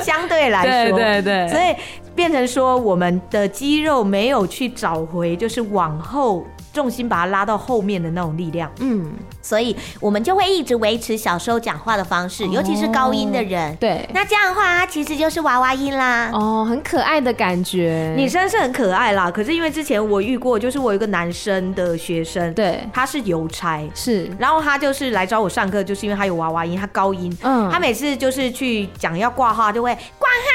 Speaker 4: 相对来
Speaker 3: 对
Speaker 4: 说，
Speaker 3: 对对，
Speaker 4: 所以变成说我们的肌肉没有去找回，就是往后重心把它拉到后面的那种力量。
Speaker 3: 嗯，
Speaker 5: [laughs] 所以我们就会一直维持小时候讲话的方式，尤其是高音的人。
Speaker 3: 对，
Speaker 5: 那这样的话，它其实就是娃娃音啦。
Speaker 3: 哦，很可爱的感觉，
Speaker 4: 女生是很可爱啦，可是因为之前我遇过，就是我有一个男生的学生，，
Speaker 3: 对
Speaker 4: 他是邮差，
Speaker 3: 是，
Speaker 4: 然后他就是来找我上课，就是因为他有娃娃音，他高音，
Speaker 3: 嗯
Speaker 4: 他每次就是去讲要挂号，就会挂号，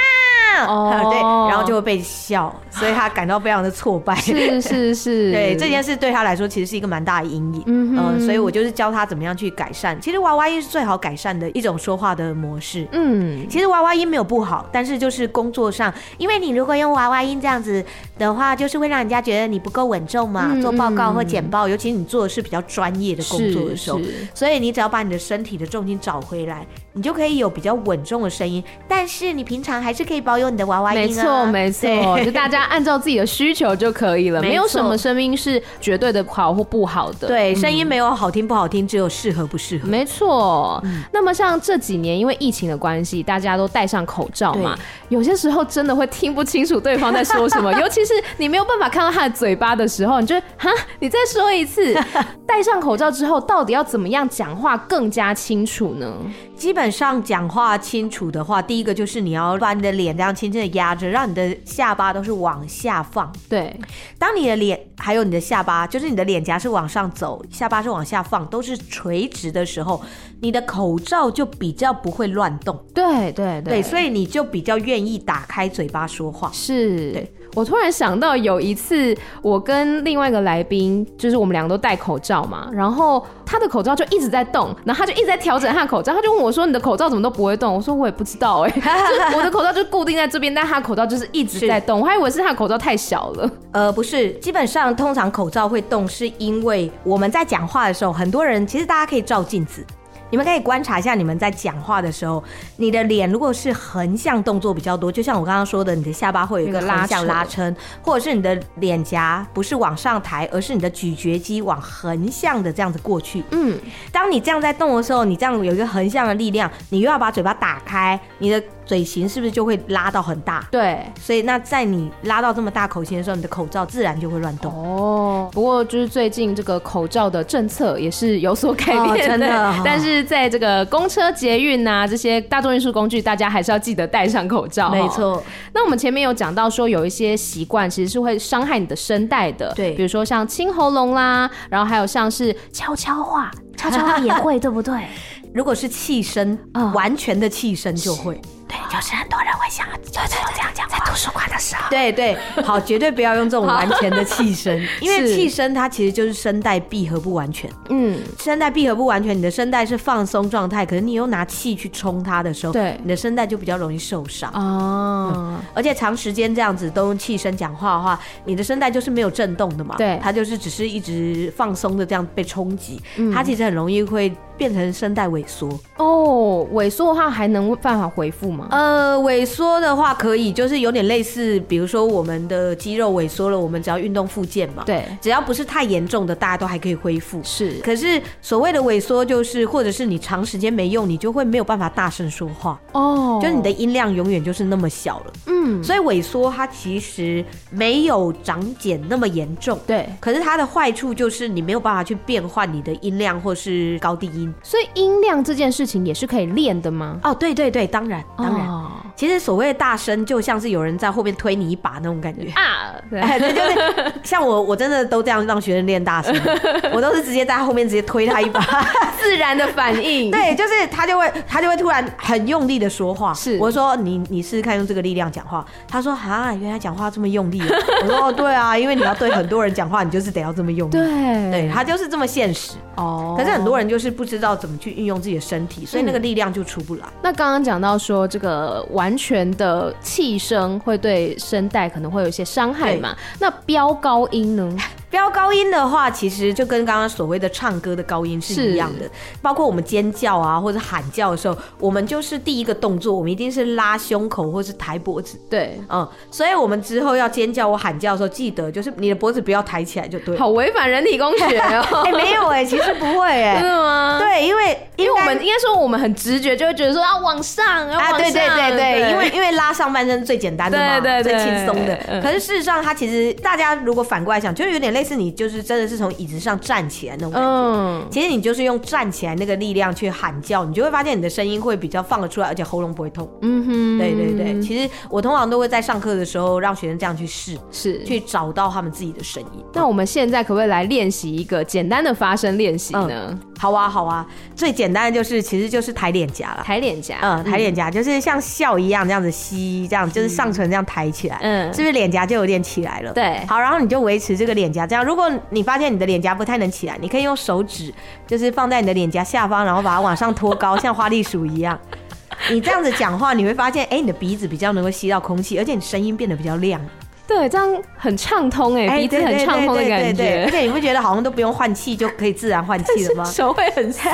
Speaker 3: 哦
Speaker 4: [laughs] 对，然后就会被笑，所以他感到非常的挫
Speaker 3: [laughs]
Speaker 4: 败。
Speaker 3: 是是是，
Speaker 4: [laughs] 对这件事对他来说其实是一个蛮大的阴影，
Speaker 3: 嗯
Speaker 4: 嗯、
Speaker 3: 哼
Speaker 4: 所以我就是教他怎么样去改善。其实娃娃音是最好改善的一种说话的模式。
Speaker 3: 嗯，
Speaker 4: 其实娃娃音没有不好，但是就是工作上
Speaker 5: 因为你如果用娃娃音这样子的话，就是会让人家觉得你不够稳重嘛。
Speaker 3: 嗯
Speaker 5: 做报告或
Speaker 4: 嗯
Speaker 5: 简
Speaker 4: 简报，尤其你做的是比较专业的工作的时候
Speaker 3: 是，是
Speaker 4: 所以你只要把你的身体的重心找回来，
Speaker 5: 你就可以有比较稳重的声音，但是你平常还是可以保有你的娃娃音、啊。
Speaker 3: 没错，没错，[laughs]
Speaker 5: 对
Speaker 3: 就大家按照自己的需求就可以了，
Speaker 4: 没
Speaker 3: 没有
Speaker 4: 错
Speaker 3: 什么声音是绝对的好或不好的。
Speaker 4: 对，
Speaker 3: 嗯
Speaker 4: 声音没有好听不好听，只有适合不适合。
Speaker 3: 没错，那么像这几年因为疫情的关系，大家都戴上口罩嘛，有些时候真的会听不清楚对方在说什么，尤其是你没有办法看到他的嘴巴的时候，你就会哈，你再说一次。戴上口罩之后，到底要怎么样讲话更加清楚呢？
Speaker 4: 基本上讲话清楚的话，第一个就是你要把你的脸这样轻轻的压着，让你的下巴都是往下放。
Speaker 3: 对，
Speaker 4: 当你的脸还有你的下巴，就是你的脸颊是往上走，下巴是往下放，都是垂直的时候，你的口罩就比较不会乱动。
Speaker 3: 对，对，
Speaker 4: 对，所
Speaker 3: 以
Speaker 4: 以你就比较愿意打开嘴巴说话。
Speaker 3: 是，
Speaker 4: 对
Speaker 3: 我突然想到有一次，我跟另外一个来宾，就是我们两个都戴口罩嘛，然后他的口罩就一直在动，然后他就一直在调整他的口罩，他就问我说：“你的口罩怎么都不会动？”我说：“我也不知道
Speaker 4: [laughs]
Speaker 3: 哎、就是我的口罩就固定在这边，但他的口罩就是一直在动，我还以为是他的口罩太小了。
Speaker 4: 呃，不是，基本上通常口罩会动，是因为我们在讲话的时候，很多人其实大家可以照镜子，你们可以观察一下你们在讲话的时候，你的脸如果是横向动作比较多，就像我刚刚说的，你的下巴会有一个
Speaker 3: 那个拉
Speaker 4: 横向拉
Speaker 3: 扯
Speaker 4: 伸，或者是你的脸颊不是往上抬，而是你的咀嚼肌往横向的这样子过去。
Speaker 3: 嗯，
Speaker 4: 当你这样在动的时候，你这样有一个横向的力量，你又要把嘴巴打开，你的嘴型是不是就会拉到很大？
Speaker 3: 对，
Speaker 4: 所以那在你拉到这么大口型的时候，你的口罩自然就会乱动。
Speaker 3: 哦，不过就是最近这个口罩的政策也是有所改变、
Speaker 4: 哦真的哦
Speaker 3: 但是在这个公车、捷运呐、这些大众运输工具，大家还是要记得戴上口罩、
Speaker 4: 没。错，
Speaker 3: 那我们前面有讲到说，有一些习惯其实是会伤害你的声带的，
Speaker 4: 对
Speaker 3: 比如说像清喉咙啦，然后还有像是
Speaker 6: 悄悄话，悄悄话也会，
Speaker 5: [laughs]
Speaker 6: 对不对？
Speaker 4: 如果是气声，
Speaker 6: 哦
Speaker 4: 完全的气声就
Speaker 3: [laughs]
Speaker 4: 会。
Speaker 6: 对，就是很多人会想要，就是这样讲，在图书馆的时候，
Speaker 4: 对对，好，绝对不
Speaker 3: [laughs]
Speaker 4: 要用这种完全的气声，因为
Speaker 3: 是
Speaker 4: 气声它其实就是声带闭合不完全。
Speaker 3: 嗯，
Speaker 4: 声带闭合不完全，你的声带是放松状态，可是你又拿气去冲它的时候，
Speaker 3: 对
Speaker 4: 你的声带就比较容易受伤。
Speaker 3: 哦，
Speaker 4: 而且长时间这样子都用气声讲话的话，你的声带就是没有震动的嘛，
Speaker 3: 对
Speaker 4: 它就是只是一直放松的这样被冲击，它其实很容易会变成声带萎缩。
Speaker 3: 哦，萎缩的话还能办法恢复吗？
Speaker 4: 呃，萎缩的话可以，就是有点类似，比如说我们的肌肉萎缩了，我们只要运动复健嘛，，
Speaker 3: 对，
Speaker 4: 只要不是太严重的，大家都还可以恢复。
Speaker 3: 是
Speaker 4: 可是所谓的萎缩，就是或者是你长时间没用，你就会没有办法大声说话，
Speaker 3: 哦，
Speaker 4: 就是你的音量永远就是那么小了。
Speaker 3: 嗯，
Speaker 4: 所以萎缩它其实没有长茧那么严重。
Speaker 3: 对，
Speaker 4: 可是它的坏处就是你没有办法去变换你的音量或是高低音。
Speaker 3: 所以音量这件事情也是可以练的吗？
Speaker 4: 哦，对对对，当然当然。
Speaker 3: 哦
Speaker 4: 其实所谓的大声，就像是有人在后面推你一把那种感觉。
Speaker 3: 啊，对，
Speaker 4: [laughs] 哎，对，就是像我，我真的都这样让学生练大 [laughs] 声，我都是直接在他后面直接推他一把。
Speaker 3: 自然的反应，
Speaker 4: [laughs] 对，就是他就会他就会突然很用力的说话。
Speaker 3: 是
Speaker 4: 我说你你试试看用这个力量讲话。他说啊，原来讲话这么用力啊。我说哦，对啊，因为你要对很多人讲话，你就是得要这么用力。
Speaker 3: 对
Speaker 4: 对，他就是这么现实。
Speaker 3: 哦嗯
Speaker 4: 可是很多人就是不知道怎么去运用自己的身体，所以那个力量就出不来。
Speaker 3: 那刚刚讲到说，这个完全的气声会对声带可能会有一些伤害嘛？那飙高音
Speaker 4: [laughs]
Speaker 3: 呢？
Speaker 4: 飙高音的话，其实就跟刚刚所谓的唱歌的高音是一样的，包括我们尖叫啊或者喊叫的时候，我们就是第一个动作，我们一定是拉胸口或是抬脖子。
Speaker 3: 对，
Speaker 4: 嗯，所以我们之后要尖叫或喊叫的时候，记得就是你的脖子不要抬起来就对了。
Speaker 3: 好违反人体工学哦、
Speaker 4: 哎、 [laughs] 没有哎、其实不会哎、
Speaker 3: 真 [laughs] 的吗？，
Speaker 4: 对，因为
Speaker 3: 因为
Speaker 4: 应
Speaker 3: 我
Speaker 4: 该
Speaker 3: 们应该说我们很直觉就会觉得说要往上，要往
Speaker 4: 啊，
Speaker 3: 上，
Speaker 4: 对对对对，因为因为拉上半身是最简单的嘛，
Speaker 3: 对对对
Speaker 4: 最轻松的。
Speaker 3: 嗯
Speaker 4: 可是事实上，它其实大家如果反过来想，就是有点类似你就是真的是从椅子上站起来那种感觉。
Speaker 3: 嗯，
Speaker 4: 其实你就是用站起来那个力量去喊叫，你就会发现你的声音会比较放得出来，而且喉咙不会痛。
Speaker 3: 嗯哼，
Speaker 4: 对对对，其实我通常都会在上课的时候让学生这样去试，
Speaker 3: 是。
Speaker 4: 去找到他们自己的声音。
Speaker 3: 那我们现在可不可以来练习一个简单的发声练习呢？
Speaker 4: 好啊，好啊，最简单的就是，其实就是抬脸颊了。
Speaker 3: 抬脸颊，
Speaker 4: 嗯，抬脸颊就是像笑一样这样子吸，这样就是上唇这样抬起来，
Speaker 3: 嗯
Speaker 4: 是不是脸颊就有点起来了？
Speaker 3: 对
Speaker 4: 好，然后你就维持这个脸颊这样。如果你发现你的脸颊不太能起来，你可以用手指就是放在你的脸颊下方，然后把它往上托高，像花栗鼠
Speaker 3: [laughs]
Speaker 4: 一样。你这样子讲话，你会发现，哎、你的鼻子比较能够吸到空气，而且你声音变得比较亮，
Speaker 3: 对，这样很畅通哎、
Speaker 4: 哎
Speaker 3: 鼻子很畅通的感
Speaker 4: 而
Speaker 3: 觉，
Speaker 4: 且你不觉得好像都不用换气就可以自然换气了吗？
Speaker 3: [laughs] 手会很酸。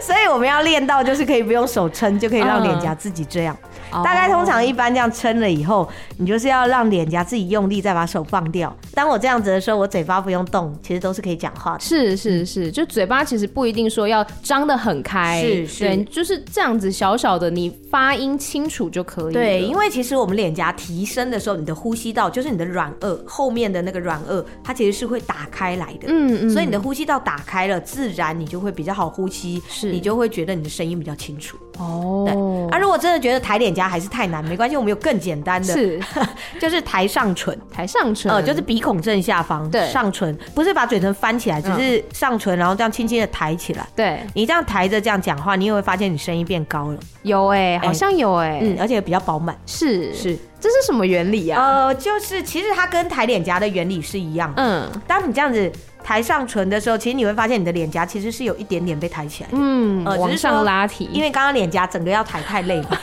Speaker 4: 所以我们要练到就是可以不用手撑，就可以让脸颊自己这样。
Speaker 3: 哦
Speaker 4: 大概通常一般这样撑了以后，你就是要让脸颊自己用力，再把手放掉。当我这样子的时候，我嘴巴不用动，其实都是可以讲话的。
Speaker 3: 是是是，就嘴巴其实不一定说要张得很开，
Speaker 4: 嗯是是
Speaker 3: 对，就是这样子小小的，你发音清楚就可以了。
Speaker 4: 对，因为其实我们脸颊提升的时候，你的呼吸道就是你的软腭后面的那个软腭，它其实是会打开来的。
Speaker 3: 嗯嗯，
Speaker 4: 所以你的呼吸道打开了，自然你就会比较好呼吸，
Speaker 3: 是
Speaker 4: 你就会觉得你的声音比较清楚。
Speaker 3: 哦，
Speaker 4: 啊，如果真的觉得抬脸颊还是太难，没关系，我们有更简单的，
Speaker 3: 是
Speaker 4: [laughs] 就是抬上唇。
Speaker 3: 抬上唇，
Speaker 4: 呃，就是鼻孔正下方，
Speaker 3: 对
Speaker 4: 上唇不是把嘴唇翻起来，只
Speaker 3: 嗯
Speaker 4: 是上唇，然后这样轻轻的抬起来。
Speaker 3: 对，
Speaker 4: 你这样抬着这样讲话，你也会发现你声音变高了，
Speaker 3: 有哎、好像有哎、
Speaker 4: 嗯，而且比较饱满。
Speaker 3: 是，这是什么原理呀、
Speaker 4: 呃，就是其实它跟抬脸颊的原理是一样的。
Speaker 3: 嗯
Speaker 4: 当你这样子抬上唇的时候，其实你会发现你的脸颊其实是有一点点被抬起来的。
Speaker 3: 嗯，
Speaker 4: 呃只是
Speaker 3: 往上
Speaker 4: 说
Speaker 3: 拉提，
Speaker 4: 因为刚刚脸颊整个要抬太累
Speaker 3: [laughs]
Speaker 4: 了，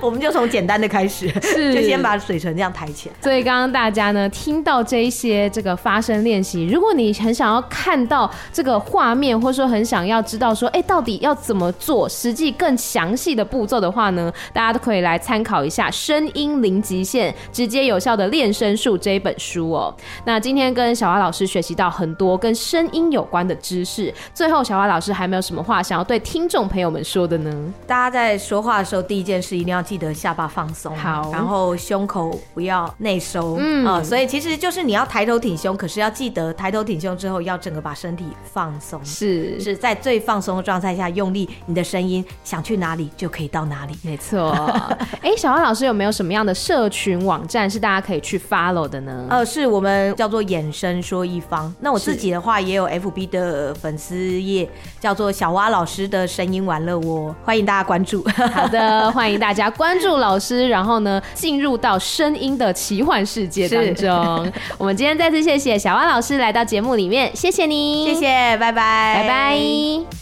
Speaker 4: 我们就从简单的开始，就先把嘴唇这样抬起来。
Speaker 3: 所以刚刚大家呢听到这一些这个发声练习，如果你很想要看到这个画面，或者说很想要知道说，哎、到底要怎么做，实际更详细的步骤的话呢，大家都可以来参考一下《声音零极限：直接有效的练声术》这一本书哦。那今天跟小蛙老师学习到很多。多跟声音有关的知识。最后，小花老师还没有什么话想要对听众朋友们说的呢？
Speaker 4: 大家在说话的时候，第一件事一定要记得下巴放松，
Speaker 3: 好
Speaker 4: 然后胸口不要内收，
Speaker 3: 嗯
Speaker 4: 嗯、所以其实就是你要抬头挺胸，可是要记得抬头挺胸之后，要整个把身体放松，
Speaker 3: 是
Speaker 4: 是在最放松的状态下用力，你的声音想去哪里就可以到哪里。
Speaker 3: 没错。 [laughs] 哎、小花老师有没有什么样的社群网站是大家可以去 follow 的呢？
Speaker 4: 呃，是我们叫做衍生说一方。那我自
Speaker 3: 是
Speaker 4: 己的话也有 FB 的粉丝页，叫做小蛙老师的声音玩乐窝，欢迎大家关注。 [laughs]
Speaker 3: 好 [laughs] 的，欢迎大家关注老师，然后呢，进入到声音的奇幻世界当中。我们今天再次谢谢小蛙老师来到节目里面，谢谢你，
Speaker 4: 谢，谢，拜拜，
Speaker 3: 拜拜。